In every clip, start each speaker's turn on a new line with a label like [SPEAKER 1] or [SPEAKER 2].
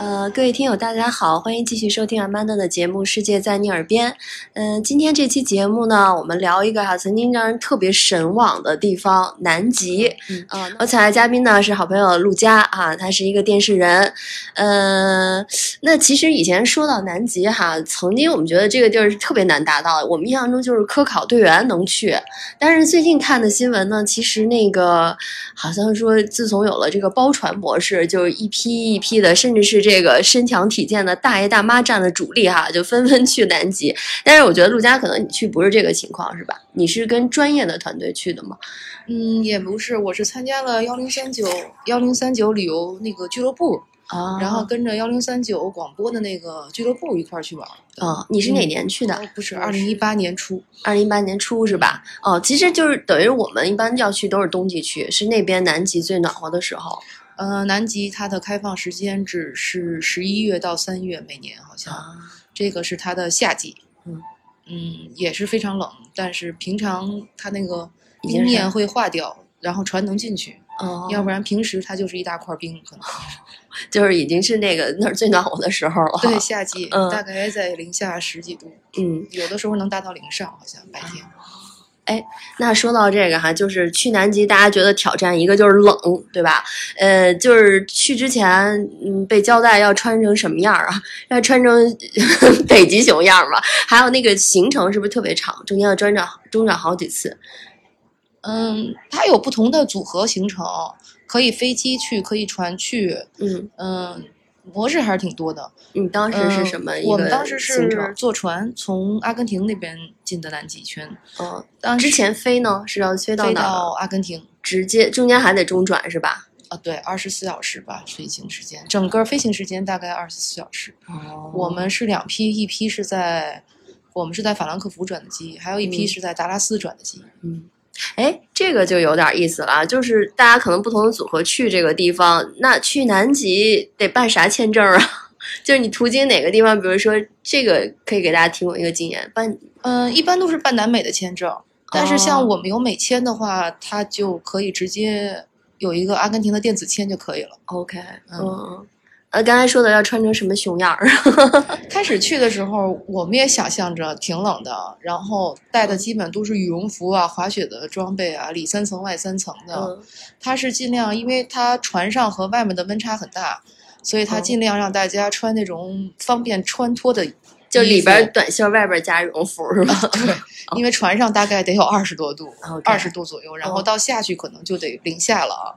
[SPEAKER 1] 呃，各位听友，大家好，欢迎继续收听阿曼达的节目《世界在你耳边》。嗯，今天这期节目呢，我们聊一个哈、曾经让人特别神往的地方——南极。
[SPEAKER 2] 嗯
[SPEAKER 1] 呃，我请来嘉宾呢是好朋友陆佳啊，他是一个电视人。呃，那其实以前说到南极哈，曾经我们觉得这个地儿是特别难达到的，我们印象中就是科考队员能去，但是最近看的新闻呢，其实那个好像说，自从有了这个包船模式，就是一批一批的，甚至是这个身强体健的大爷大妈站的主力哈，就纷纷去南极。但是我觉得陆家可能你去不是这个情况是吧？你是跟专业的团队去的吗？
[SPEAKER 2] 嗯，也不是，我是参加了幺零三九幺零三九旅游那个俱乐部，
[SPEAKER 1] 啊
[SPEAKER 2] 然后跟着幺零三九广播的那个俱乐部一块儿去玩儿的。
[SPEAKER 1] 啊、你是哪年去的？
[SPEAKER 2] 哦，不是，
[SPEAKER 1] 我
[SPEAKER 2] 二零一八年初。
[SPEAKER 1] 二零一八年初是吧？哦，其实就是等于我们一般要去都是冬季去，是那边南极最暖和的时候
[SPEAKER 2] 呃，南极它的开放时间只是十一月到三月，每年好像、
[SPEAKER 1] 啊。
[SPEAKER 2] 这个是它的夏季。
[SPEAKER 1] 嗯
[SPEAKER 2] 嗯也是非常冷，但但是平常它那个
[SPEAKER 1] 已经是
[SPEAKER 2] 冰面会化掉，然后船能进去，
[SPEAKER 1] 哦，
[SPEAKER 2] 要不然平时它就是一大块冰，可能。
[SPEAKER 1] 就是已经是那个那儿最暖和的时候了哈。
[SPEAKER 2] 对，夏季、
[SPEAKER 1] 嗯
[SPEAKER 2] 大概在零下十几度，
[SPEAKER 1] 嗯，
[SPEAKER 2] 有的时候能达到零上，好像白天。
[SPEAKER 1] 啊那说到这个哈，就是去南极，大家觉得挑战一个就是冷，对吧？呃，就是去之前，嗯，被交代要穿成什么样儿啊？要穿成 北极熊样儿嘛？还有那个行程是不是特别长？中间要转转中转好几次？
[SPEAKER 2] 嗯，它有不同的组合行程，可以飞机去，可以船去，
[SPEAKER 1] 嗯，
[SPEAKER 2] 嗯，模式还是挺多的。
[SPEAKER 1] 你当时是什么
[SPEAKER 2] 嗯
[SPEAKER 1] 一
[SPEAKER 2] 我们
[SPEAKER 1] 个
[SPEAKER 2] 当时
[SPEAKER 1] 行
[SPEAKER 2] 是
[SPEAKER 1] 程？
[SPEAKER 2] 坐船从阿根廷那边进的南极圈，
[SPEAKER 1] 嗯，
[SPEAKER 2] 当
[SPEAKER 1] 之
[SPEAKER 2] 时
[SPEAKER 1] 前飞呢是要飞到
[SPEAKER 2] 飞
[SPEAKER 1] 哪儿？
[SPEAKER 2] 到阿根廷。
[SPEAKER 1] 直接中间还得中转是吧？
[SPEAKER 2] 啊，对，二十四小时吧，飞行时间，整个飞行时间大概二十四小时。
[SPEAKER 1] 哦
[SPEAKER 2] 我们是两批，一批是在我们是在法兰克福转的机，还有一批
[SPEAKER 1] 嗯
[SPEAKER 2] 是在达拉斯转的机。
[SPEAKER 1] 嗯，哎，这个就有点意思了啊，就是大家可能不同的组合去这个地方，那去南极得办啥签证啊？ 就是你途经哪个地方，比如说这个可以给大家提供一个经验，办
[SPEAKER 2] 嗯，一般都是办南美的签证，但是像
[SPEAKER 1] 哦
[SPEAKER 2] 我们有美签的话，它就可以直接有一个阿根廷的电子签就可以了。
[SPEAKER 1] OK，嗯
[SPEAKER 2] 嗯
[SPEAKER 1] 嗯，呃，刚才说的要穿成什么熊样儿？
[SPEAKER 2] 开始去的时候，我们也想象着挺冷的，然后带的基本都是羽绒服啊、滑雪的装备啊，里三层外三层的。
[SPEAKER 1] 嗯
[SPEAKER 2] 它是尽量，因为它船上和外面的温差很大，所以它
[SPEAKER 1] 嗯
[SPEAKER 2] 尽量让大家穿那种方便穿脱的衣服，
[SPEAKER 1] 就里边儿短袖，外边儿加羽绒服 是吧？
[SPEAKER 2] 对，因为船上大概得有二十多度，
[SPEAKER 1] OK
[SPEAKER 2] 二十度左右，然后
[SPEAKER 1] 嗯
[SPEAKER 2] 到下去可能就得零下了啊。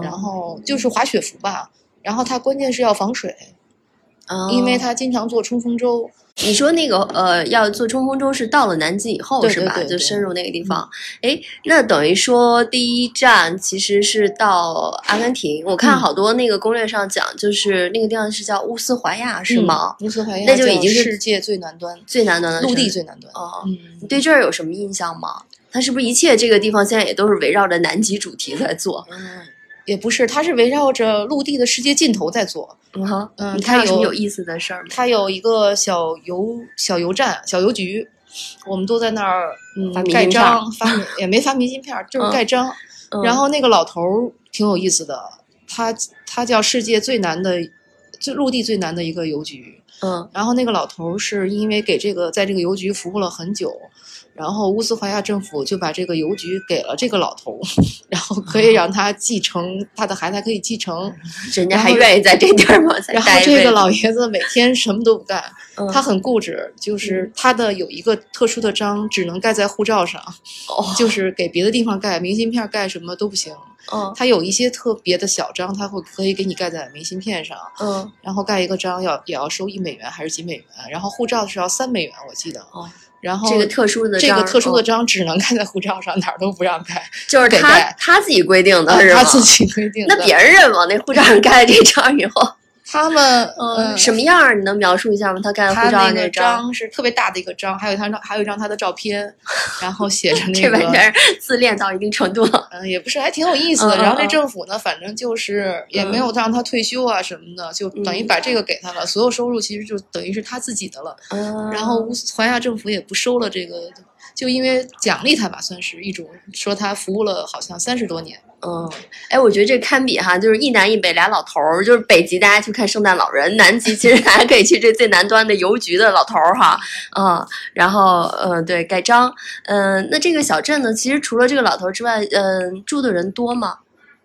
[SPEAKER 2] 然
[SPEAKER 1] 哦
[SPEAKER 2] 后就是滑雪服吧，然后它关键是要防水，
[SPEAKER 1] 哦，
[SPEAKER 2] 因为
[SPEAKER 1] 它
[SPEAKER 2] 它经常做冲锋舟。
[SPEAKER 1] 你说那个呃，要做冲锋舟是到了南极以后
[SPEAKER 2] 对
[SPEAKER 1] 是
[SPEAKER 2] 对
[SPEAKER 1] 吧？
[SPEAKER 2] 对嗯
[SPEAKER 1] 就
[SPEAKER 2] 对
[SPEAKER 1] 深入那个地方。哎，那等于说第一站其实是到阿根廷。我看
[SPEAKER 2] 嗯
[SPEAKER 1] 好多那个攻略上讲，就是那个地方是叫乌斯怀亚是吗？
[SPEAKER 2] 嗯？尼斯怀亚
[SPEAKER 1] 那就
[SPEAKER 2] 叫
[SPEAKER 1] 已经是
[SPEAKER 2] 世界最南端，
[SPEAKER 1] 最南端的
[SPEAKER 2] 陆地
[SPEAKER 1] 城
[SPEAKER 2] 最南端。
[SPEAKER 1] 哦。你
[SPEAKER 2] 嗯，
[SPEAKER 1] 对这儿有什么印象吗？它是不是一切这个地方现在也都是围绕着南极主题在做？
[SPEAKER 2] 嗯，也不是，它是围绕着陆地的世界尽头在做。
[SPEAKER 1] 嗯哼，
[SPEAKER 2] 嗯
[SPEAKER 1] 你看到
[SPEAKER 2] 它
[SPEAKER 1] 什么
[SPEAKER 2] 有
[SPEAKER 1] 有意思的事儿吗？
[SPEAKER 2] 它有一个小邮小邮站、小邮局，我们都在那儿嗯
[SPEAKER 1] 发明
[SPEAKER 2] 盖
[SPEAKER 1] 信片儿
[SPEAKER 2] 章，发 明也没发明信片儿，就是
[SPEAKER 1] 嗯
[SPEAKER 2] 盖章。
[SPEAKER 1] 嗯
[SPEAKER 2] 然后那个老头儿挺有意思的，他他叫世界最难的，最陆地最难的一个邮局。
[SPEAKER 1] 嗯
[SPEAKER 2] 然后那个老头儿是因为给这个在这个邮局服务了很久，然后乌斯怀亚政府就把这个邮局给了这个老头儿， 然后可以让他继承他的孩子还可以继承。
[SPEAKER 1] 人家
[SPEAKER 2] 然
[SPEAKER 1] 还
[SPEAKER 2] 后
[SPEAKER 1] 愿意在这地儿吗？再
[SPEAKER 2] 然后
[SPEAKER 1] 待一辈
[SPEAKER 2] 这
[SPEAKER 1] 子
[SPEAKER 2] 个老爷子每天什么都不干，
[SPEAKER 1] 嗯
[SPEAKER 2] 他很固执，就是他的有一个特殊的章只能盖在护照上，
[SPEAKER 1] 哦
[SPEAKER 2] 就是给别的地方盖明信片盖什么都不行。
[SPEAKER 1] 嗯
[SPEAKER 2] 它有一些特别的小章，它会可以给你盖在明信片上，
[SPEAKER 1] 嗯
[SPEAKER 2] 然后盖一个章要也要收一美元还是几美元，然后护照是要三美元，我记得。
[SPEAKER 1] 哦，
[SPEAKER 2] 然后
[SPEAKER 1] 这个特殊的
[SPEAKER 2] 这
[SPEAKER 1] 章
[SPEAKER 2] 个
[SPEAKER 1] 儿
[SPEAKER 2] 特殊
[SPEAKER 1] 嗯
[SPEAKER 2] 的章只能盖在护照上，哪儿都不 让盖，
[SPEAKER 1] 就是
[SPEAKER 2] 给
[SPEAKER 1] 他
[SPEAKER 2] 盖
[SPEAKER 1] 他自己规定的是吗？
[SPEAKER 2] 他自己规定的。
[SPEAKER 1] 那别人往那护照上盖这张以后，
[SPEAKER 2] 他们
[SPEAKER 1] 嗯，
[SPEAKER 2] 嗯
[SPEAKER 1] 什么样儿？你能描述一下吗？他盖
[SPEAKER 2] 他
[SPEAKER 1] 护照
[SPEAKER 2] 那
[SPEAKER 1] 上
[SPEAKER 2] 个
[SPEAKER 1] 那张，
[SPEAKER 2] 章是特别大的一个章，还有一张还有一张他的照片，然后写着 那
[SPEAKER 1] 这
[SPEAKER 2] 个，
[SPEAKER 1] 完全是自恋到一定程度了。
[SPEAKER 2] 嗯，也不是，还挺有意思的。
[SPEAKER 1] 嗯嗯
[SPEAKER 2] 然后这
[SPEAKER 1] 嗯
[SPEAKER 2] 政府呢，反正就是也没有让他退休啊什么的，就等于
[SPEAKER 1] 嗯
[SPEAKER 2] 把这个给他了，所有收入其实就等于是他自己的了。
[SPEAKER 1] 嗯
[SPEAKER 2] 然后乌斯怀亚政府也不收了这个，就因为奖励他吧，算是一种说他服务了好像三十多年，
[SPEAKER 1] 嗯，哎，我觉得这堪比哈，就是一南一北俩老头儿，就是北极大家去看圣诞老人，南极其实大家可以去这最南端的邮局的老头儿哈，嗯，然后呃，对，盖章，嗯、那这个小镇呢，其实除了这个老头儿之外，嗯、住的人多吗？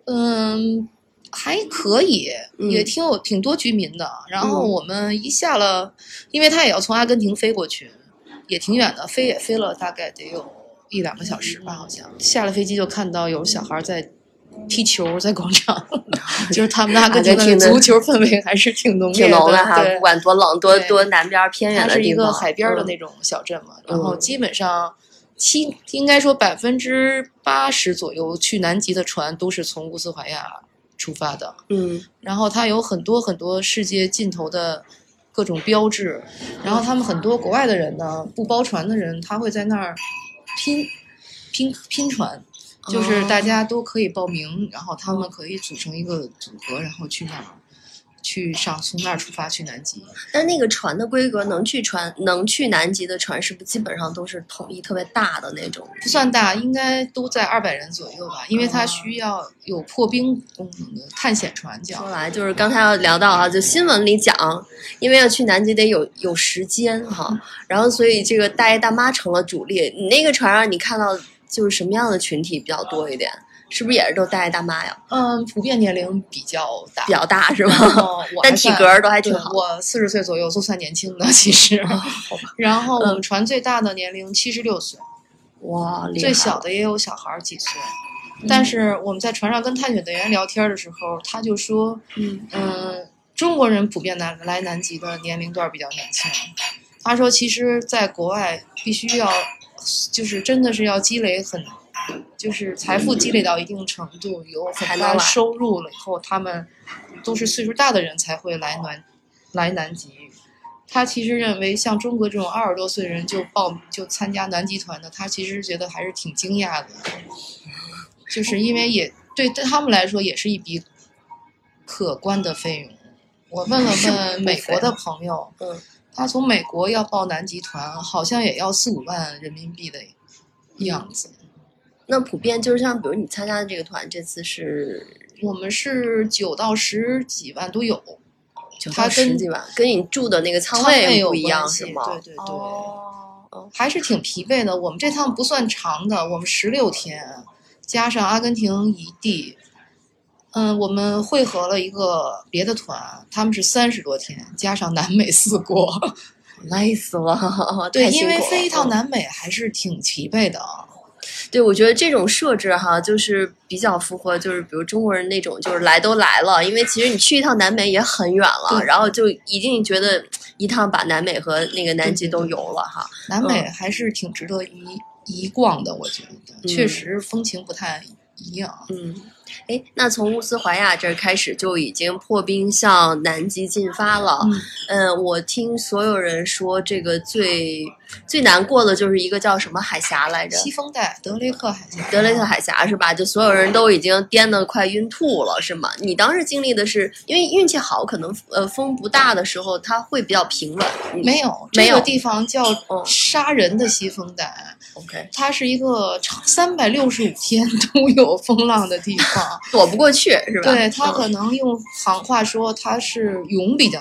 [SPEAKER 2] 嗯，还可以，
[SPEAKER 1] 嗯
[SPEAKER 2] 也挺有挺多居民的。啊然后
[SPEAKER 1] 嗯
[SPEAKER 2] 我们一下了，因为他也要从阿根廷飞过去，也挺远的，飞也飞了大概得有一两个小时吧，好像。下了飞机就看到有小孩在。踢球在广场， 就是他们的阿根
[SPEAKER 1] 阿根
[SPEAKER 2] 廷
[SPEAKER 1] 廷的
[SPEAKER 2] 的足球氛围还是挺浓烈
[SPEAKER 1] 挺浓的哈，
[SPEAKER 2] 对
[SPEAKER 1] 不管多冷多
[SPEAKER 2] 对
[SPEAKER 1] 多南边儿偏远
[SPEAKER 2] 它
[SPEAKER 1] 的
[SPEAKER 2] 是一
[SPEAKER 1] 地方，
[SPEAKER 2] 个海边儿的
[SPEAKER 1] 嗯
[SPEAKER 2] 那种小镇嘛，然后
[SPEAKER 1] 嗯
[SPEAKER 2] 基本上七应该说百分之八十左右去南极的船都是从乌斯怀亚出发的，
[SPEAKER 1] 嗯
[SPEAKER 2] 然后它有很多很多世界尽头的各种标志，然后他们很多国外的人呢，不包船的人，他会在那儿拼拼拼船。就是大家都可以报名，然后他
[SPEAKER 1] 哦
[SPEAKER 2] 们可以组成一个组合，然后去那儿，去上从那儿出发去南极。
[SPEAKER 1] 但那个船的规格能去船能去南极的船，是不是基本上都是统一特别大的那种？
[SPEAKER 2] 不算大，应该都在二百人左右吧，因为
[SPEAKER 1] 哦
[SPEAKER 2] 它需要有破冰功能的探险船
[SPEAKER 1] 说
[SPEAKER 2] 叫。
[SPEAKER 1] 来就是刚才要聊到啊，就新闻里讲，因为要去南极得有有时间哈、
[SPEAKER 2] 嗯
[SPEAKER 1] 然后所以这个大爷大妈成了主力。你那个船啊上你看到就是什么样的群体比较多一点？是不是也是都大爷大妈呀？
[SPEAKER 2] 嗯，普遍年龄比较大
[SPEAKER 1] 比，较大是吗？
[SPEAKER 2] 然后 我
[SPEAKER 1] 但
[SPEAKER 2] 还
[SPEAKER 1] 体
[SPEAKER 2] 算
[SPEAKER 1] 格儿都还
[SPEAKER 2] 嗯对
[SPEAKER 1] 挺好。哦
[SPEAKER 2] 我四十岁左右都算年轻的，其实。然后我
[SPEAKER 1] 嗯
[SPEAKER 2] 们船最大的年龄七十六岁，
[SPEAKER 1] 哇，厉害嗯
[SPEAKER 2] 最小的也有小孩儿几岁。但是我们在船上跟探险队员聊天的时候，他就说，
[SPEAKER 1] 嗯
[SPEAKER 2] 嗯，中国人普遍南来南极的年龄段比较年轻。他说，其实在国外必须要，就是真的是要积累很，就是财富积累到一定程度，有
[SPEAKER 1] 才
[SPEAKER 2] 很
[SPEAKER 1] 能
[SPEAKER 2] 大
[SPEAKER 1] 来
[SPEAKER 2] 收入了以后，他们都是岁数大的人才会来南来南极。他其实认为，像中国这种二十多岁人就报就参加南极团的，他其实觉得还是挺惊讶的，就是因为也对对他们来说也是一笔可观的费用。我问了问美国的朋友，
[SPEAKER 1] 嗯，
[SPEAKER 2] 他从美国要报南极团，好像也要四五万人民币的样子。
[SPEAKER 1] 那普遍就是像比如你参加的这个团，这次是
[SPEAKER 2] 我们是九到十几万都有，
[SPEAKER 1] 九
[SPEAKER 2] 它
[SPEAKER 1] 到十
[SPEAKER 2] 跟
[SPEAKER 1] 几万，跟你住的那个舱
[SPEAKER 2] 舱位有
[SPEAKER 1] 不一样
[SPEAKER 2] 关
[SPEAKER 1] 是
[SPEAKER 2] 系
[SPEAKER 1] 吗？
[SPEAKER 2] 对对对
[SPEAKER 1] 哦哦
[SPEAKER 2] 还是挺疲惫的。我们这趟不算长的，我们十六天，啊加上阿根廷一地，嗯，我们汇合了一个别的团，他们是三十多天，加上南美四国。
[SPEAKER 1] 累死了，
[SPEAKER 2] 对，
[SPEAKER 1] 太辛
[SPEAKER 2] 因为
[SPEAKER 1] 苦了
[SPEAKER 2] 飞一趟
[SPEAKER 1] 嗯
[SPEAKER 2] 南美还是挺疲惫的。啊
[SPEAKER 1] 对，我觉得这种设置哈，就是比较符合，就是比如中国人那种，就是来都来了，因为其实你去一趟南美也很远了，
[SPEAKER 2] 对
[SPEAKER 1] 然后就一定觉得一趟把南美和那个南极
[SPEAKER 2] 对对
[SPEAKER 1] 都
[SPEAKER 2] 对
[SPEAKER 1] 游了哈。
[SPEAKER 2] 南美
[SPEAKER 1] 嗯
[SPEAKER 2] 还是挺值得一一逛的，我觉得确实风情不太一样。啊
[SPEAKER 1] 嗯，哎，那从乌斯怀亚这儿开始就已经破冰向南极进发了。
[SPEAKER 2] 嗯，
[SPEAKER 1] 嗯，我听所有人说，这个最最难过的就是一个叫什么海峡来着？
[SPEAKER 2] 西风带德雷克海峡，
[SPEAKER 1] 德雷特海峡是吧？就所有人都已经颠得快晕吐了，是吗？你当时经历的是，因为运气好，可能呃风不大的时候，它会比较平稳。你
[SPEAKER 2] 没有，
[SPEAKER 1] 没
[SPEAKER 2] 这
[SPEAKER 1] 有
[SPEAKER 2] 个地方叫
[SPEAKER 1] 嗯
[SPEAKER 2] 杀人的西风带。
[SPEAKER 1] OK，
[SPEAKER 2] 它是一个三百六十五天都有风浪的地方，
[SPEAKER 1] 躲不过去 是吧？
[SPEAKER 2] 对它
[SPEAKER 1] 嗯
[SPEAKER 2] 可能用行话说它是涌比较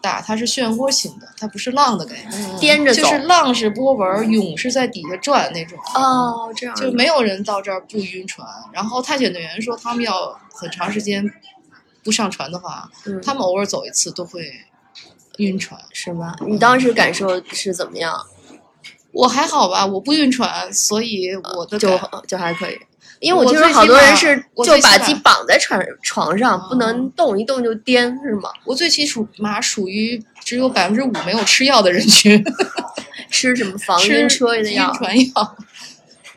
[SPEAKER 2] 大，它是漩涡型的，它不是浪的概念，
[SPEAKER 1] 颠嗯着走。
[SPEAKER 2] 就是浪是波纹，涌是在底下转那种。
[SPEAKER 1] 哦，这样
[SPEAKER 2] 就没有人到这儿不晕船，然后探险队员说他们要很长时间不上船的话，
[SPEAKER 1] 嗯
[SPEAKER 2] 他们偶尔走一次都会晕船。
[SPEAKER 1] 是吗？你当时感受是怎么样？
[SPEAKER 2] 我还好吧，我不晕船，所以我的
[SPEAKER 1] 就
[SPEAKER 2] 感
[SPEAKER 1] 就还可以。因为我
[SPEAKER 2] 我
[SPEAKER 1] 听说
[SPEAKER 2] 最
[SPEAKER 1] 好
[SPEAKER 2] 起
[SPEAKER 1] 多人
[SPEAKER 2] 码
[SPEAKER 1] 是
[SPEAKER 2] 我
[SPEAKER 1] 就
[SPEAKER 2] 最
[SPEAKER 1] 把
[SPEAKER 2] 起
[SPEAKER 1] 鸡
[SPEAKER 2] 码
[SPEAKER 1] 绑在床床上，不能
[SPEAKER 2] 哦
[SPEAKER 1] 动，一动就颠，是吗？
[SPEAKER 2] 我最起属马属于只有百分之五没有吃药的 人群，
[SPEAKER 1] 吃什么防
[SPEAKER 2] 吃
[SPEAKER 1] 晕车的药
[SPEAKER 2] 晕？船药。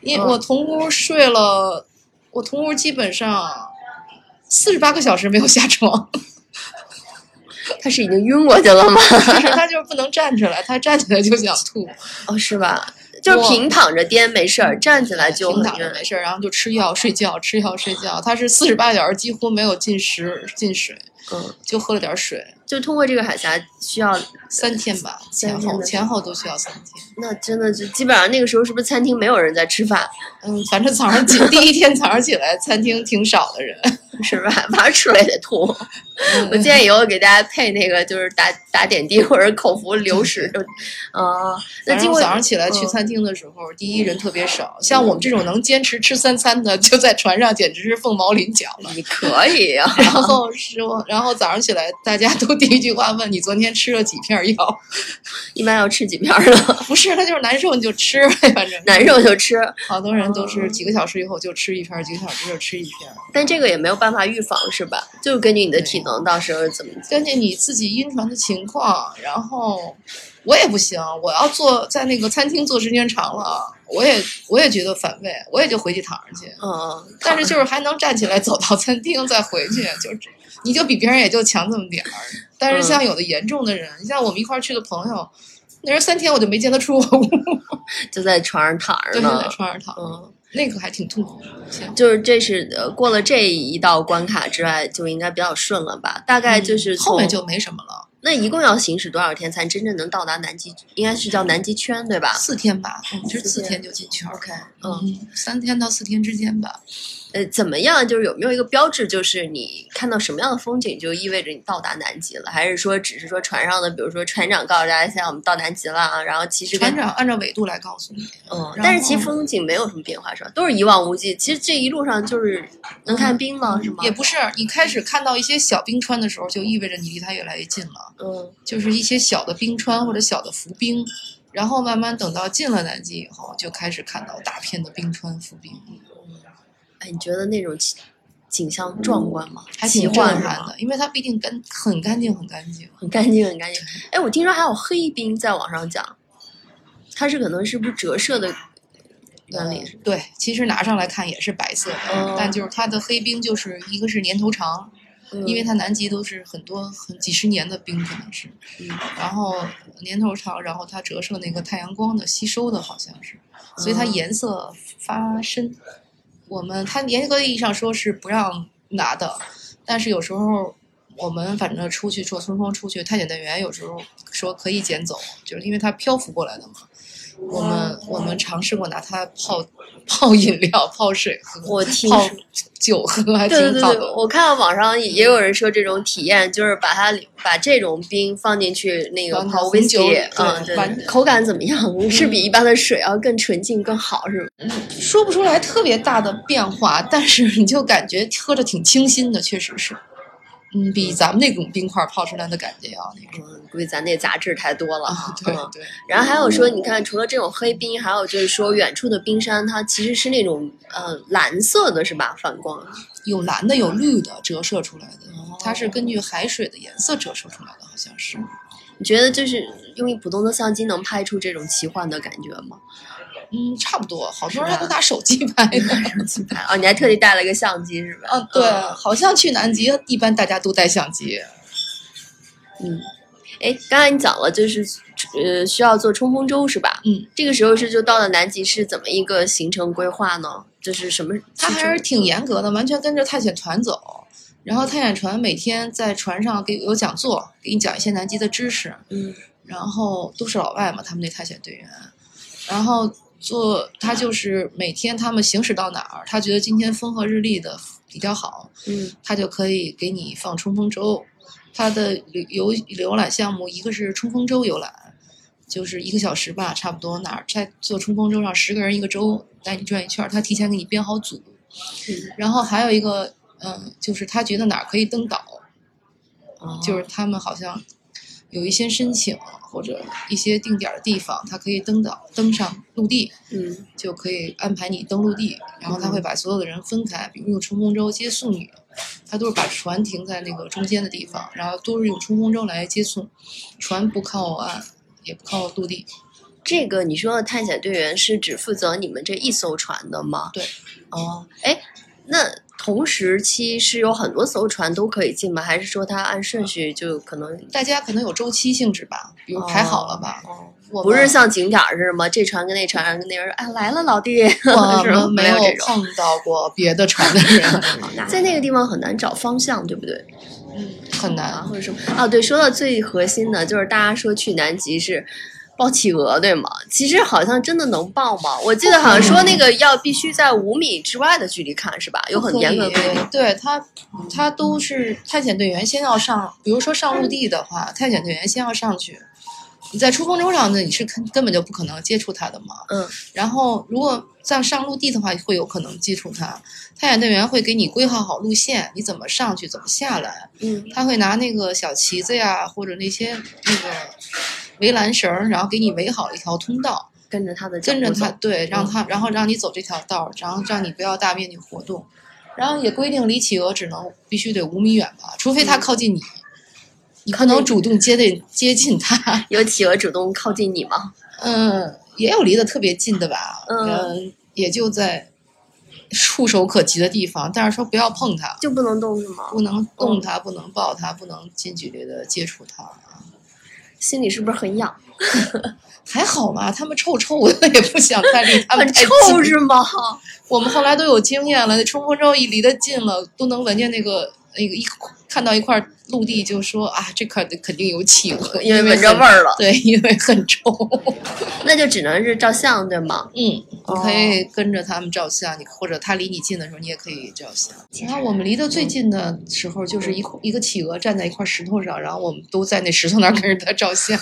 [SPEAKER 2] 因
[SPEAKER 1] 嗯
[SPEAKER 2] 我同屋睡了，我同屋基本上四十八个小时没有下 床，
[SPEAKER 1] 他是已经晕过去了 吗？
[SPEAKER 2] 就是他就是不能站起来，他站起来就想吐，
[SPEAKER 1] 哦，是吧？ 就是
[SPEAKER 2] 我嗯
[SPEAKER 1] 平躺着颠没事儿，站起来就
[SPEAKER 2] 平
[SPEAKER 1] 很
[SPEAKER 2] 躺着
[SPEAKER 1] 晕
[SPEAKER 2] 没事儿，然后就吃药睡觉，吃药睡觉。他是四十八小时几乎没有进食进水，
[SPEAKER 1] 嗯，
[SPEAKER 2] 就喝了点水。
[SPEAKER 1] 就通过这个海峡需要，
[SPEAKER 2] 三天吧，
[SPEAKER 1] 三
[SPEAKER 2] 前
[SPEAKER 1] 天
[SPEAKER 2] 后
[SPEAKER 1] 的
[SPEAKER 2] 前后都需要三天。
[SPEAKER 1] 那真的就基本上那个时候是不是餐厅没有人在吃饭，
[SPEAKER 2] 嗯，反正早上起第一天早上起来，餐厅挺少的人。
[SPEAKER 1] 是吧？晚上吃了也得吐。 我
[SPEAKER 2] 嗯
[SPEAKER 1] 建议以后给大家配那个就是打打点滴或者口服流食，就啊、那经
[SPEAKER 2] 反正
[SPEAKER 1] 过
[SPEAKER 2] 嗯早上起来去
[SPEAKER 1] 嗯
[SPEAKER 2] 餐厅的时候，第一人特别少，像我们这种能坚持吃三餐的，就在船上简直是凤毛麟角 了。
[SPEAKER 1] 你可以啊，
[SPEAKER 2] 然 后是我，然后早上起来，大家都第 一句话问你昨天吃了几片药？
[SPEAKER 1] 一般要吃几片儿呢？
[SPEAKER 2] 不是，他就是难受你就吃呗，反正
[SPEAKER 1] 难受就吃，
[SPEAKER 2] 好多人都是几个小时以后就吃一片，几个小时就吃一片。
[SPEAKER 1] 但这个也没有办法预防，是吧？就是根据你的体能到时候怎么
[SPEAKER 2] 根据你自己晕船的情况，然后我也不行，我要坐在那个餐厅坐时间长了，我也我也觉得反胃，我也就回去躺着去。
[SPEAKER 1] 嗯，
[SPEAKER 2] 但是就是还能站起来走到餐厅再回去，就是这你就比别人也就强这么点儿。但是
[SPEAKER 1] 嗯
[SPEAKER 2] 像有的严重的人，你像我们一块儿去的朋友，那人三天我就没见他出过屋，
[SPEAKER 1] 就在床上躺着
[SPEAKER 2] 对，就在
[SPEAKER 1] 呢。
[SPEAKER 2] 床上躺，
[SPEAKER 1] 嗯，
[SPEAKER 2] 那个还挺痛苦。
[SPEAKER 1] 就是这是呃过了这一道关卡之外，就应该比较顺了吧？大概就是从
[SPEAKER 2] 嗯后面就没什么了，
[SPEAKER 1] 那一共要行驶多少天才真正能到达南极？应该是叫南极圈对吧
[SPEAKER 2] 四天吧，嗯，就是
[SPEAKER 1] 啊四
[SPEAKER 2] 四
[SPEAKER 1] 天
[SPEAKER 2] 天就进圈儿。
[SPEAKER 1] ？OK，嗯，
[SPEAKER 2] 嗯，三天到四天之间吧。
[SPEAKER 1] 呃，怎么样？就是有没有一个标志，就是你看到什么样的风景就意味着你到达南极了？还是说只是说船上的，比如说船长告诉大家哎现在我们到南极了啊，然后其实跟
[SPEAKER 2] 船长按照纬度来告诉你，
[SPEAKER 1] 嗯，
[SPEAKER 2] 然
[SPEAKER 1] 但是其实
[SPEAKER 2] 后
[SPEAKER 1] 风景没有什么变化是吧？都是一望无际。其实这一路上就是能看冰吗？是吗？
[SPEAKER 2] 嗯也不是你开始看到一些小冰川的时候，就意味着你离它越来越近了，
[SPEAKER 1] 嗯
[SPEAKER 2] 就是一些小的冰川或者小的浮冰，然后慢慢等到进了南极以后，就开始看到大片的冰川浮冰，
[SPEAKER 1] 嗯，哎，你觉得那种景景象壮观吗？
[SPEAKER 2] 嗯还
[SPEAKER 1] 奇
[SPEAKER 2] 挺
[SPEAKER 1] 幻
[SPEAKER 2] 震
[SPEAKER 1] 是
[SPEAKER 2] 撼
[SPEAKER 1] 吗
[SPEAKER 2] 的，因为它毕竟干很干净很干净。
[SPEAKER 1] 很干净，很干净。哎，我听说还有黑冰，在网上讲，它是可能是不是折射的原理？
[SPEAKER 2] 嗯对，其实拿上来看也是白色的，
[SPEAKER 1] 哦
[SPEAKER 2] 但就是它的黑冰就是一个是年头长，
[SPEAKER 1] 嗯
[SPEAKER 2] 因为它南极都是很多很几十年的冰，可能是，
[SPEAKER 1] 嗯
[SPEAKER 2] 然后年头长，然后它折射那个太阳光的吸收的，好像是，所以它
[SPEAKER 1] 嗯
[SPEAKER 2] 颜色发深。我们它严格意义上说是不让拿的，但是有时候我们反正出去做村风出去，太检队员有时候说可以捡走，就是因为它漂浮过来的嘛。我们
[SPEAKER 1] 嗯
[SPEAKER 2] 我们尝试过拿它泡泡饮料、泡水喝、
[SPEAKER 1] 我听
[SPEAKER 2] 泡
[SPEAKER 1] 说
[SPEAKER 2] 酒喝，还挺
[SPEAKER 1] 对对
[SPEAKER 2] 好
[SPEAKER 1] 对
[SPEAKER 2] 的
[SPEAKER 1] 对，。我看到网上也也有人说这种体验，就是把它把这种冰放进去那个
[SPEAKER 2] 放到
[SPEAKER 1] 泡
[SPEAKER 2] 红
[SPEAKER 1] whisky，
[SPEAKER 2] 酒里
[SPEAKER 1] 嗯，
[SPEAKER 2] 对
[SPEAKER 1] 对，
[SPEAKER 2] 完嗯
[SPEAKER 1] 口感怎么样？ 是比一般的水要更纯净、更好，是吗？
[SPEAKER 2] 说不出来特别大的变化，但是你就感觉喝着挺清新的，确实是，嗯，比咱们那种冰块泡出来的感觉要那种。
[SPEAKER 1] 嗯，估计咱那杂质太多了。
[SPEAKER 2] 啊， 对
[SPEAKER 1] 嗯
[SPEAKER 2] 对，
[SPEAKER 1] 然后还有说，你看，除了这种黑冰，还有就是说，远处的冰山它其实是那种呃蓝色的，是吧？反光。
[SPEAKER 2] 有蓝的有绿的折射出来的
[SPEAKER 1] 哦，
[SPEAKER 2] 它是根据海水的颜色折射出来的，好像是。
[SPEAKER 1] 你觉得就是用普通的相机能拍出这种奇幻的感觉吗？
[SPEAKER 2] 嗯，差不多，好多
[SPEAKER 1] 是
[SPEAKER 2] 人
[SPEAKER 1] 吧
[SPEAKER 2] 还都 拿手机拍呢。
[SPEAKER 1] 哦，你还特地带了个相机是吧？
[SPEAKER 2] 嗯，对，好像去南极一般大家都带相机。
[SPEAKER 1] 嗯，哎，刚才你讲了，就是呃需要做冲锋舟是吧？
[SPEAKER 2] 嗯，
[SPEAKER 1] 这个时候是就到了南极是怎么一个行程规划呢？就是什么？
[SPEAKER 2] 他还是挺严格的，完全跟着探险团走。然后探险船每天在船上给有讲座，给你讲一些南极的知识。
[SPEAKER 1] 嗯
[SPEAKER 2] 然后都是老外嘛，他们那探险队员，然后做他就是每天他们行驶到哪儿，他觉得今天风和日丽的比较好，
[SPEAKER 1] 嗯
[SPEAKER 2] 他就可以给你放冲锋舟。他的旅游游览项目一个是冲锋舟游览，就是一个小时吧，差不多哪儿在坐冲锋舟上十个人一个舟带你转一圈儿，他提前给你编好组，然后还有一个嗯，就是他觉得哪儿可以登岛，
[SPEAKER 1] 嗯，
[SPEAKER 2] 就是他们好像有一些申请或者一些定点儿的地方，它可以登岛登上陆地，
[SPEAKER 1] 嗯
[SPEAKER 2] 就可以安排你登陆地，然后他会把所有的人分开，比如用冲锋舟接送你，他都是把船停在那个中间的地方，然后都是用冲锋舟来接送，船不靠岸。也不靠陆地，
[SPEAKER 1] 这个你说的探险队员是只负责你们这一艘船的吗？
[SPEAKER 2] 对。
[SPEAKER 1] 哦，哎，那同时期是有很多艘船都可以进吗？还是说它按顺序就可能？
[SPEAKER 2] 大家可能有周期性质吧，比如排好了吧。
[SPEAKER 1] 哦
[SPEAKER 2] 我
[SPEAKER 1] 不
[SPEAKER 2] 们
[SPEAKER 1] 是像景点儿似的吗？这船跟那船跟那人说，哎，来了，老弟，
[SPEAKER 2] 我
[SPEAKER 1] 是吗？
[SPEAKER 2] 们没
[SPEAKER 1] 有
[SPEAKER 2] 有
[SPEAKER 1] 这种。
[SPEAKER 2] 碰到过别的船的人，
[SPEAKER 1] 在那个地方很难找方向，对不对？
[SPEAKER 2] 很
[SPEAKER 1] 啊，
[SPEAKER 2] 难。
[SPEAKER 1] 或者什么啊？对，说到最核心的，就是大家说去南极是抱企鹅，对吗？其实好像真的能抱吗？我记得好像说那个要必须在五米之外的距离看，是吧？有很
[SPEAKER 2] 可
[SPEAKER 1] 严格的
[SPEAKER 2] 以
[SPEAKER 1] 规定。
[SPEAKER 2] 对他，他都是探险队员先要上，比如说上陆地的话，探险队员先要上去。你在出风舟上呢，你是根根本就不可能接触他的嘛。
[SPEAKER 1] 嗯。
[SPEAKER 2] 然后，如果在上陆地的话，会有可能接触他。探险队员会给你规划好路线，你怎么上去，怎么下来。
[SPEAKER 1] 嗯
[SPEAKER 2] 他会拿那个小旗子呀，或者那些那个围栏绳儿，然后给你围好一条通道。
[SPEAKER 1] 跟着他的脚
[SPEAKER 2] 跟着
[SPEAKER 1] 步走嗯
[SPEAKER 2] 他，对，让他，然后让你走这条道儿，然后让你不要大面积活动，然后也规定离企鹅只能必须得五米远吧，除非它
[SPEAKER 1] 嗯
[SPEAKER 2] 靠近你，你不能主动接近接近 它。
[SPEAKER 1] 有企鹅主动靠近你吗？
[SPEAKER 2] 嗯，也有离得特别近的吧，
[SPEAKER 1] 嗯
[SPEAKER 2] 也就在触手可及的地方，但是说不要碰它，
[SPEAKER 1] 就不能动是吗？
[SPEAKER 2] 不能
[SPEAKER 1] 嗯
[SPEAKER 2] 动它，不能抱它，不能近距离的接触它。
[SPEAKER 1] 心里是不是很痒？
[SPEAKER 2] 还好吧，它们臭臭的， 也啊不哎想再离它
[SPEAKER 1] 很
[SPEAKER 2] 们太近。
[SPEAKER 1] 臭是吗？
[SPEAKER 2] 我们后来都有经验了，那冲锋舟一离得近了，都能闻见那个那个一看到一块陆地，就说啊，这块肯定有企鹅，
[SPEAKER 1] 因为
[SPEAKER 2] 为
[SPEAKER 1] 闻着
[SPEAKER 2] 很
[SPEAKER 1] 味。儿了，
[SPEAKER 2] 对，因为很臭。
[SPEAKER 1] 那就只能是照相对 吗？
[SPEAKER 2] 嗯，你
[SPEAKER 1] 哦
[SPEAKER 2] 可以跟着他们照相，你或者他离你近的时候，你也可以照相。然后我们离得
[SPEAKER 1] 嗯
[SPEAKER 2] 最近的时候，就是一块一个企鹅站在一块石头上，然后我们都在那石头那儿跟着它 照相，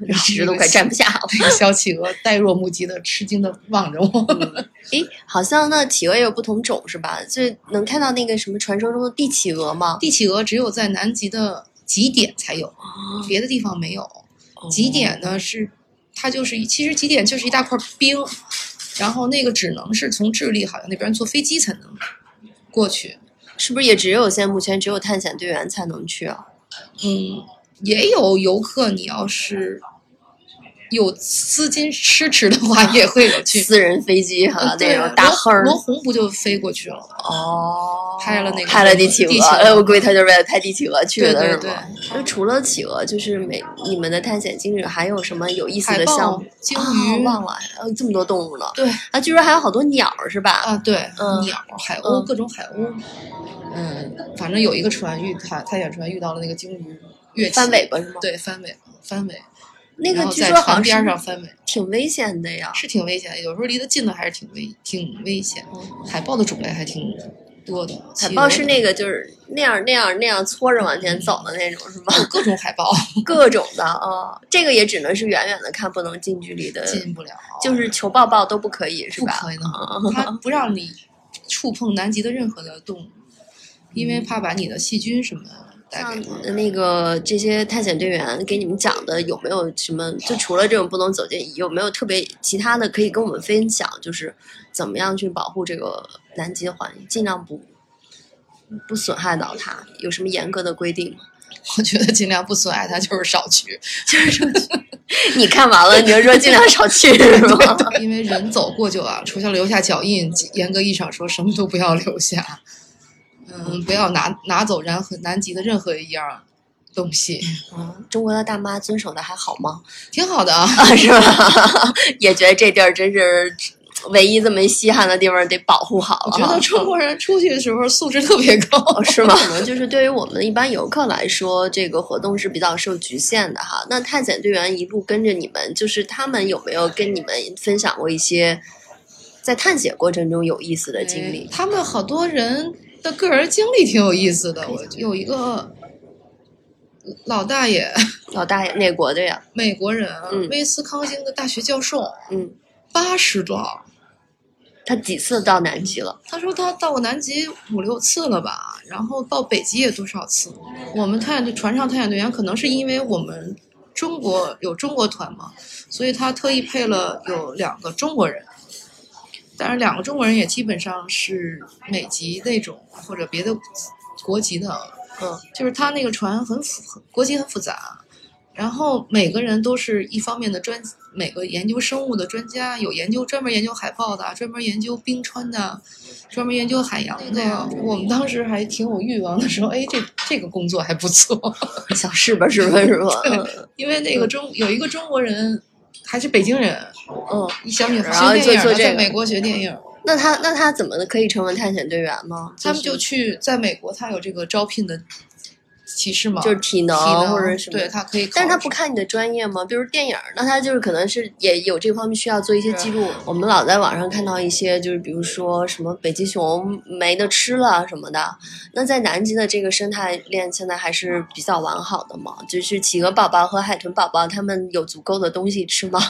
[SPEAKER 2] 然后
[SPEAKER 1] 纸都快站不 下了。
[SPEAKER 2] 那个小企鹅呆若木鸡的、吃惊的望着我。
[SPEAKER 1] 嗯诶，好像那企鹅也有不同种是吧？就能看到那个什么传说中的帝企鹅吗？
[SPEAKER 2] 帝企鹅只有在南极的极点才有，
[SPEAKER 1] 哦
[SPEAKER 2] 别的地方没有。极点呢是，它就是一其实极点就是一大块冰，然后那个只能是从智利好像那边坐飞机才能过去。
[SPEAKER 1] 是不是也只有现在目前只有探险队员才能去啊？
[SPEAKER 2] 嗯，也有游客，你要是有资金支持的话，也会有 去。
[SPEAKER 1] 私人飞机哈、
[SPEAKER 2] 嗯对
[SPEAKER 1] 那
[SPEAKER 2] 啊
[SPEAKER 1] 种大
[SPEAKER 2] 罗
[SPEAKER 1] 亨儿
[SPEAKER 2] 罗红不就飞过去了吗？
[SPEAKER 1] 哦，
[SPEAKER 2] 拍了那个
[SPEAKER 1] 拍了帝企
[SPEAKER 2] 帝
[SPEAKER 1] 鹅，
[SPEAKER 2] 企鹅
[SPEAKER 1] 哎，我估计他就是为了拍帝企鹅去
[SPEAKER 2] 对
[SPEAKER 1] 的
[SPEAKER 2] 对
[SPEAKER 1] 是
[SPEAKER 2] 对
[SPEAKER 1] 吗？，那除了企鹅，就是每你们的探险经历还有什么有意思
[SPEAKER 2] 海
[SPEAKER 1] 的项
[SPEAKER 2] 豹
[SPEAKER 1] 目？、
[SPEAKER 2] 鲸
[SPEAKER 1] 啊，
[SPEAKER 2] 鱼，
[SPEAKER 1] 忘了，还有这么多动物呢。
[SPEAKER 2] 对，
[SPEAKER 1] 啊，据说还有好多鸟儿是吧？
[SPEAKER 2] 啊，对，
[SPEAKER 1] 嗯
[SPEAKER 2] 鸟、海鸥，
[SPEAKER 1] 嗯
[SPEAKER 2] 各种海鸥。嗯，反正有一个船遇探探险船遇到了那个鲸鱼跃起，
[SPEAKER 1] 翻尾巴是吗？
[SPEAKER 2] 对，翻尾，翻尾。
[SPEAKER 1] 那
[SPEAKER 2] 然
[SPEAKER 1] 个
[SPEAKER 2] 后
[SPEAKER 1] 据
[SPEAKER 2] 在
[SPEAKER 1] 说好
[SPEAKER 2] 船
[SPEAKER 1] 像
[SPEAKER 2] 边
[SPEAKER 1] 是
[SPEAKER 2] 上翻尾，
[SPEAKER 1] 挺危险的呀。
[SPEAKER 2] 是挺危险的。有时候离得近的还是挺危，挺危险。海豹的种类还挺多的，
[SPEAKER 1] 嗯海
[SPEAKER 2] 企
[SPEAKER 1] 豹
[SPEAKER 2] 鹅
[SPEAKER 1] 是那个就是那样那样那样搓着往前走的那种是吧？
[SPEAKER 2] 有各种海豹
[SPEAKER 1] 各种的啊、这个也只能是远远的看，不能近距离的，
[SPEAKER 2] 进不了，
[SPEAKER 1] 嗯就是求抱抱都不可以是
[SPEAKER 2] 不
[SPEAKER 1] 吧？嗯
[SPEAKER 2] 可以呢，它不让你触碰南极的任何的动物，因为怕把你的细菌什么带给它。
[SPEAKER 1] 嗯 像呃那个这些探险队员给你们讲的，有没有什么？就除了这种不能走进，有没有特别其他的可以跟我们分享？就是怎么样去保护这个南极环，尽量不不损害到它？有什么严格的规定吗？
[SPEAKER 2] 我觉得尽量不损害它，就是少去。
[SPEAKER 1] 你看完了，你就说尽量少去 是吗？
[SPEAKER 2] 因为人走过就啊，除了留下脚印，严格意义上说，什么都不要留下。嗯，不要拿拿走南和南极的任何一样东西，
[SPEAKER 1] 嗯中国的大妈遵守的还好吗？
[SPEAKER 2] 挺好的啊。
[SPEAKER 1] 啊， 是吧？ 也觉得这地儿真是唯一这么稀罕的地方，得保护好
[SPEAKER 2] 我
[SPEAKER 1] 了哈。
[SPEAKER 2] 觉得中国人出去的时候素质特别高。
[SPEAKER 1] 哦，是 吗？可能就是对于我们一般游客来说，这个活动是比较受局限的哈。那探险队员一路跟着你们，就是他们有没有跟你们分享过一些在探险过程中有意思的经
[SPEAKER 2] 哎
[SPEAKER 1] 历？
[SPEAKER 2] 他们好多人的个人经历挺有意思的。我有一个老大爷，
[SPEAKER 1] 老大爷，哪国的呀？
[SPEAKER 2] 美国人啊，
[SPEAKER 1] 嗯
[SPEAKER 2] 威斯康星的大学教授，
[SPEAKER 1] 嗯，
[SPEAKER 2] 八十多号，
[SPEAKER 1] 他几次到南极了？
[SPEAKER 2] 他说他到过南极五六次了吧，然后到北极也多少次。我们探险队船上探险队员可能是因为我们中国有中国团嘛，所以他特意配了有两个中国人。但是两个中国人也基本上是美籍那种或者别的国籍的，
[SPEAKER 1] 嗯，
[SPEAKER 2] 就是他那个船很复很国籍很复杂，然后每个人都是一方面的专，每个研究生物的专家，有研究专门研究海豹的，啊专门研究冰川的，啊专门研究海洋的呀。啊我们当时还挺有欲望的，说，哎，这这个工作还不错，
[SPEAKER 1] 想试吧，试吧，是吧？嗯
[SPEAKER 2] 因为那个中有一个中国人，还是北京人，
[SPEAKER 1] 嗯，
[SPEAKER 2] 一小女孩
[SPEAKER 1] 然后
[SPEAKER 2] 学电影
[SPEAKER 1] 就
[SPEAKER 2] 的，
[SPEAKER 1] 做这
[SPEAKER 2] 在
[SPEAKER 1] 个
[SPEAKER 2] 美国学电影，
[SPEAKER 1] 那他那他怎么可以成为探险队员吗？
[SPEAKER 2] 他们就是去在美国，他有这个招聘的歧视嘛，
[SPEAKER 1] 就是体能
[SPEAKER 2] 体能
[SPEAKER 1] 或者什么
[SPEAKER 2] 对他可以考虑，
[SPEAKER 1] 但是他不看你的专业吗？比如电影儿，那他就是可能是也有这方面需要做一些记录。我们老在网上看到一些，就是比如说什么北极熊没得吃了什么的。那在南极的这个生态链现在还是比较完好的嘛？就是企鹅宝宝和海豚宝宝，它们有足够的东西吃吗？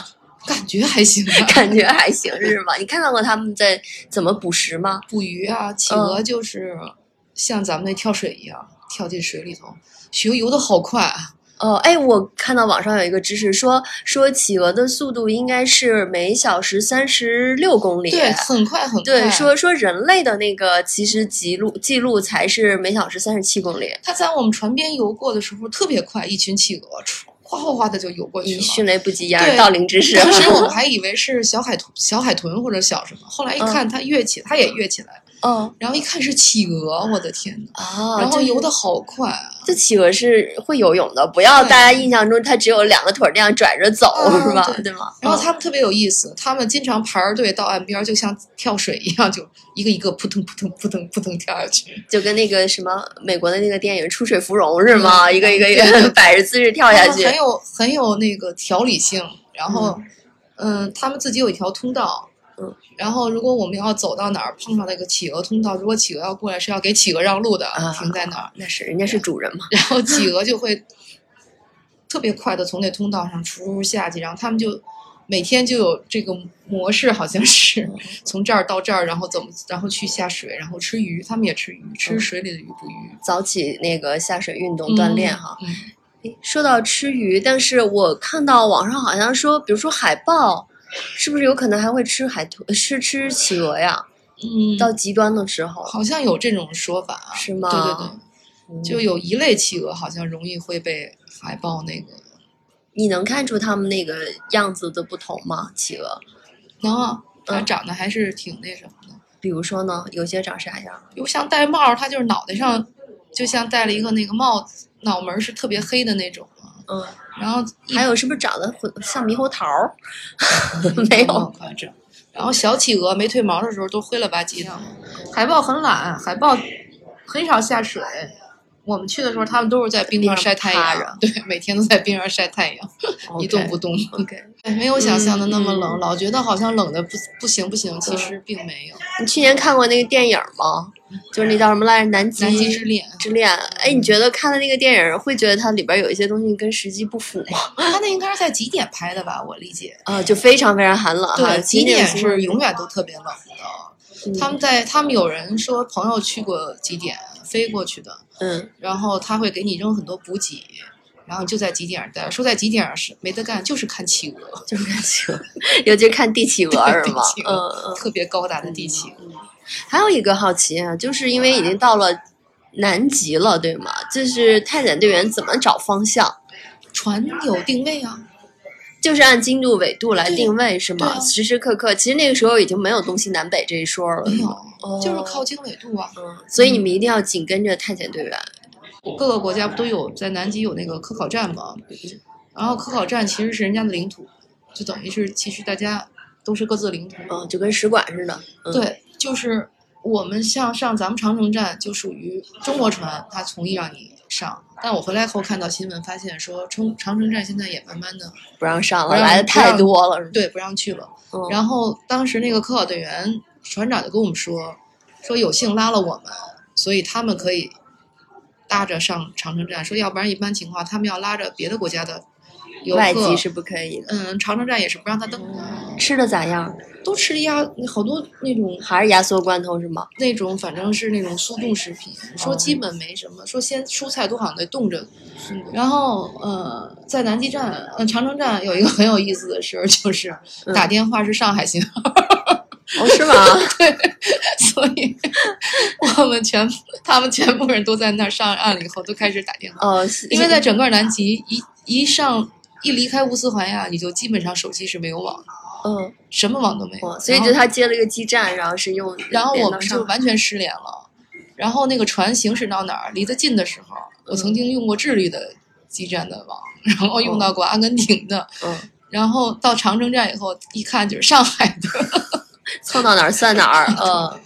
[SPEAKER 2] 感觉还行吧。
[SPEAKER 1] 感觉还行是吗？你看到过他们在怎么捕食吗？
[SPEAKER 2] 捕鱼啊，
[SPEAKER 1] 嗯
[SPEAKER 2] 企鹅就是像咱们那跳水一样、跳进水里头，游游的好快啊，
[SPEAKER 1] 哦，哎，我看到网上有一个知识说，说企鹅的速度应该是每小时三十六公里。哎
[SPEAKER 2] 对，很快很快。啊
[SPEAKER 1] 对，说说人类的那个其实记录记录才是每小时三十七公里。
[SPEAKER 2] 它在我们船边游过的时候特别快，一群企鹅唰哗哗哗的就游过去
[SPEAKER 1] 以
[SPEAKER 2] 了。
[SPEAKER 1] 迅雷不及掩耳
[SPEAKER 2] 对
[SPEAKER 1] 盗铃 之势。
[SPEAKER 2] 当时我们还以为是小海豚、小海豚或者小什么，后来一看它跃起，它也跃起来，
[SPEAKER 1] 嗯
[SPEAKER 2] 然后一看是企鹅，我的天呐，
[SPEAKER 1] 啊，
[SPEAKER 2] 然后
[SPEAKER 1] 就是
[SPEAKER 2] 游的好快啊！
[SPEAKER 1] 这企鹅是会游泳的，不要
[SPEAKER 2] 对
[SPEAKER 1] 大家印象中它只有两个腿儿这样拽着走，
[SPEAKER 2] 啊
[SPEAKER 1] 是吧？
[SPEAKER 2] 对
[SPEAKER 1] 对吗？哦
[SPEAKER 2] 然后他们特别有意思，他们经常排着队到岸边儿，就像跳水一样，就一个一个扑腾扑腾扑腾扑腾跳下去。
[SPEAKER 1] 就跟那个什么美国的那个电影《出水芙蓉》是吗？
[SPEAKER 2] 嗯
[SPEAKER 1] 一个一个一
[SPEAKER 2] 对对
[SPEAKER 1] 个 摆着姿势跳下
[SPEAKER 2] 他们
[SPEAKER 1] 去。
[SPEAKER 2] 很有很有那个条理性。然后，嗯、他们自己有一条通道，
[SPEAKER 1] 嗯，
[SPEAKER 2] 然后如果我们要走到哪儿碰上那个企鹅通道，如果企鹅要过来是要给企鹅让路的，
[SPEAKER 1] 啊
[SPEAKER 2] 停在那儿，
[SPEAKER 1] 那是人家是主人嘛？
[SPEAKER 2] 然后企鹅就会特别快的从那通道上出下去，然后他们就每天就有这个模式，好像是
[SPEAKER 1] 嗯
[SPEAKER 2] 从这儿到这儿，然后怎么，然后去下水，然后吃鱼，他们也吃鱼，吃
[SPEAKER 1] 嗯
[SPEAKER 2] 水里的鱼捕鱼，
[SPEAKER 1] 早起那个下水运动锻炼哈。
[SPEAKER 2] 嗯。嗯
[SPEAKER 1] 诶说到吃鱼，但是我看到网上好像说，比如说海豹，是不是有可能还会吃海豚、呃吃吃企鹅呀？
[SPEAKER 2] 嗯
[SPEAKER 1] 到极端的时候，
[SPEAKER 2] 好像有这种说法啊，
[SPEAKER 1] 是吗
[SPEAKER 2] 对对对，
[SPEAKER 1] 嗯
[SPEAKER 2] 就有一类企鹅好像容易会被海豹那个，
[SPEAKER 1] 你能看出它们那个样子的不同吗？企鹅，
[SPEAKER 2] 能啊，它
[SPEAKER 1] 嗯
[SPEAKER 2] 长得还是挺那什么的。
[SPEAKER 1] 比如说呢，有些长啥样？
[SPEAKER 2] 比如像戴帽儿，它就是脑袋上就像戴了一个那个帽子，脑门儿是特别黑的那种啊。
[SPEAKER 1] 嗯，
[SPEAKER 2] 然后一
[SPEAKER 1] 还有是不是长得混像猕猴桃儿？没
[SPEAKER 2] 不好
[SPEAKER 1] 有，
[SPEAKER 2] 看这样。然后小企鹅没褪毛的时候都灰了吧唧的，海豹很懒，海豹很少下水。我们去的时候，他们都是在冰上晒太
[SPEAKER 1] 冰上趴
[SPEAKER 2] 阳，对，每天都在冰上晒太阳，一动不动。
[SPEAKER 1] OK，
[SPEAKER 2] 哎没有想象的那么冷，
[SPEAKER 1] 嗯
[SPEAKER 2] 老觉得好像冷的不不行不行，其实并没有。
[SPEAKER 1] 你去年看过那个电影吗？就是那叫什么来着？南极
[SPEAKER 2] 南极之恋，
[SPEAKER 1] 之恋。哎，你觉得看了那个电影，会觉得它里边有一些东西跟实际不符吗？
[SPEAKER 2] 他那应该是在极点拍的吧？我理解。
[SPEAKER 1] 啊，就非常非常寒冷哈。
[SPEAKER 2] 对，极点
[SPEAKER 1] 点
[SPEAKER 2] 是永远都特别冷的。
[SPEAKER 1] 嗯
[SPEAKER 2] 他们在，他们有人说朋友去过极点，飞过去的，
[SPEAKER 1] 嗯
[SPEAKER 2] 然后他会给你扔很多补给，然后就在极点儿待。说在极点儿是没得干，就是看企鹅，就是看企鹅，
[SPEAKER 1] 嗯，尤其是看帝企鹅是吗
[SPEAKER 2] 对？
[SPEAKER 1] 嗯嗯。
[SPEAKER 2] 特别高大的地企鹅。
[SPEAKER 1] 还有一个好奇啊，就是因为已经到了南极了，对吗？就是探险队员怎么找方向？
[SPEAKER 2] 船有定位啊，
[SPEAKER 1] 就是按经度、纬度来
[SPEAKER 2] 对
[SPEAKER 1] 定位是
[SPEAKER 2] 对
[SPEAKER 1] 吗？
[SPEAKER 2] 啊
[SPEAKER 1] 时时刻刻，其实那个时候已经没有东西南北这一说了，
[SPEAKER 2] 没有，
[SPEAKER 1] 哦
[SPEAKER 2] 就是靠经纬度啊。
[SPEAKER 1] 嗯，所以你们一定要紧跟着探险队员。
[SPEAKER 2] 各个国家不都有在南极有那个科考站吗？然后科考站其实是人家的领土，就等于是其实大家都是各自的领土。
[SPEAKER 1] 嗯，就跟使馆似的。嗯、，
[SPEAKER 2] 对，就是我们像上咱们长城站就属于中国船，它同意让你上。但我回来后看到新闻，发现说长长城站现在也慢慢的
[SPEAKER 1] 不让上
[SPEAKER 2] 不
[SPEAKER 1] 了，
[SPEAKER 2] 让
[SPEAKER 1] 来的太多了。是吧
[SPEAKER 2] 对不让去了。
[SPEAKER 1] 嗯，
[SPEAKER 2] 然后当时那个科考队员船长就跟我们说，说有幸拉了我们，所以他们可以搭着上长城站，说要不然一般情况他们要拉着别的国家的游
[SPEAKER 1] 嗯外
[SPEAKER 2] 客
[SPEAKER 1] 籍，是哦不可以的。
[SPEAKER 2] 嗯，长城站也是不让他登的，
[SPEAKER 1] 吃的咋样？
[SPEAKER 2] 都吃鸭好多那种
[SPEAKER 1] 还是压缩罐头是吗？
[SPEAKER 2] 那种反正是那种速冻食品，说基本没什么，说鲜蔬菜都好像得冻着。然后呃，在南极站，呃长城站有一个很有意思的事儿，就是
[SPEAKER 1] 嗯
[SPEAKER 2] 打电话是上海信号，
[SPEAKER 1] 哦，是吗？
[SPEAKER 2] 所以我们全他们全部人都在那儿上岸了以后都开始打电话，
[SPEAKER 1] 哦，是
[SPEAKER 2] 因为在整个南极一一上一离开乌斯怀亚，你就基本上手机是没有网的，
[SPEAKER 1] 嗯，
[SPEAKER 2] 什么网都没有，
[SPEAKER 1] 哦所以
[SPEAKER 2] 然后
[SPEAKER 1] 就他接了一个基站，然后是用
[SPEAKER 2] 然后
[SPEAKER 1] 连
[SPEAKER 2] 我
[SPEAKER 1] 到
[SPEAKER 2] 们
[SPEAKER 1] 上
[SPEAKER 2] 就完全失联了。然后那个船行驶到哪儿，离得近的时候，
[SPEAKER 1] 嗯
[SPEAKER 2] 我曾经用过智利的基站的网，然后
[SPEAKER 1] 哦
[SPEAKER 2] 用到过阿根廷的，
[SPEAKER 1] 嗯，
[SPEAKER 2] 然后到长城站以后一看就是上海的，
[SPEAKER 1] 蹭到哪儿算哪儿。嗯，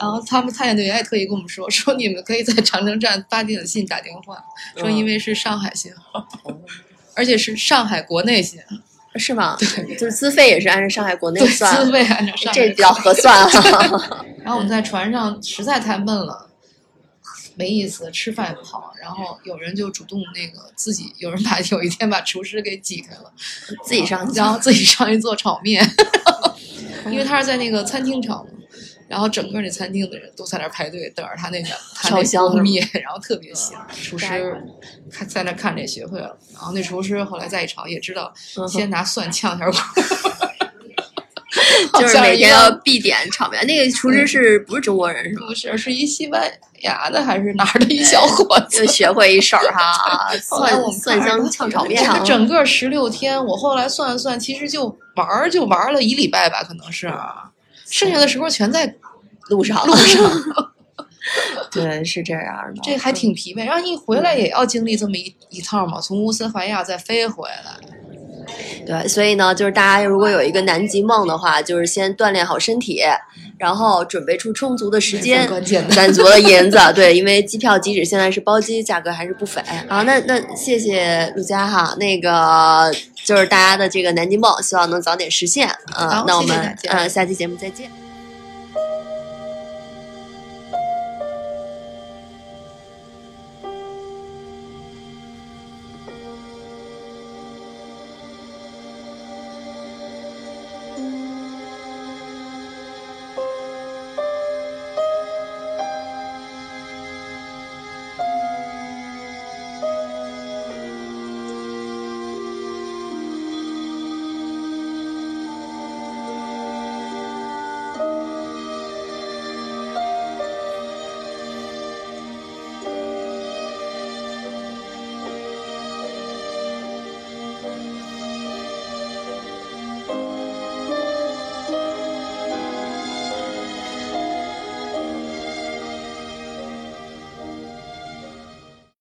[SPEAKER 2] 然后他们探险队员也特意跟我们说，说你们可以在长城站八点的信打电话，说因为是上海 信号，而且是上海国内信，
[SPEAKER 1] 是吗？
[SPEAKER 2] 对
[SPEAKER 1] 就是资费也是按照上海国内
[SPEAKER 2] 对，
[SPEAKER 1] 算
[SPEAKER 2] 资
[SPEAKER 1] 的，
[SPEAKER 2] 费按照上海
[SPEAKER 1] 这比较合算 啊。
[SPEAKER 2] 然后我们在船上实在太闷了，没意思，吃饭也不好。然后有人就主动那个自己，有人把 有一天把厨师给挤开了，
[SPEAKER 1] 自己上
[SPEAKER 2] 然后
[SPEAKER 1] 交，
[SPEAKER 2] 自己上去做炒面， 因为他是在那个餐厅炒嘛。然后整个那餐厅的人都在那儿排队等着他那个他
[SPEAKER 1] 烧
[SPEAKER 2] 那
[SPEAKER 1] 香
[SPEAKER 2] 锅
[SPEAKER 1] 是吗
[SPEAKER 2] 面，然后特别香。厨
[SPEAKER 1] 下一
[SPEAKER 2] 师看在那看着也学会了，然后那厨师后来再一炒也知道，
[SPEAKER 1] 嗯
[SPEAKER 2] 先拿蒜呛一下锅，
[SPEAKER 1] 就是
[SPEAKER 2] 好像
[SPEAKER 1] 每
[SPEAKER 2] 一
[SPEAKER 1] 天
[SPEAKER 2] 个
[SPEAKER 1] 要必点炒面。那个厨师是不是中国人是吗？
[SPEAKER 2] 不是，是一西班牙的还是哪儿的一小伙子
[SPEAKER 1] 就？学会一手儿 哈，
[SPEAKER 2] 后来我
[SPEAKER 1] 蒜蒜
[SPEAKER 2] 们看着
[SPEAKER 1] 香
[SPEAKER 2] 他
[SPEAKER 1] 炝炒面
[SPEAKER 2] 这
[SPEAKER 1] 啊
[SPEAKER 2] 个。整个十六天，我后来算了算，其实就玩儿就玩儿了一礼拜吧，可能是、啊剩下的时候全在
[SPEAKER 1] 路上，
[SPEAKER 2] 路上，
[SPEAKER 1] 对，是这样的。
[SPEAKER 2] 这还挺疲惫。然后一回来也要经历这么一一趟嘛，从乌斯怀亚再飞回来。
[SPEAKER 1] 对，所以呢，就是大家如果有一个南极梦的话，就是先锻炼好身体，然后准备出充足的时间
[SPEAKER 2] 很，关键的，
[SPEAKER 1] 攒足了银子。对，因为机票即使现在是包机，价格还是不菲啊。那那谢谢陆佳哈，那个就是大家的这个南极梦，希望能早点实现。嗯、
[SPEAKER 2] 好
[SPEAKER 1] 那我
[SPEAKER 2] 谢谢
[SPEAKER 1] 们
[SPEAKER 2] 大家
[SPEAKER 1] 呃下期节目再见。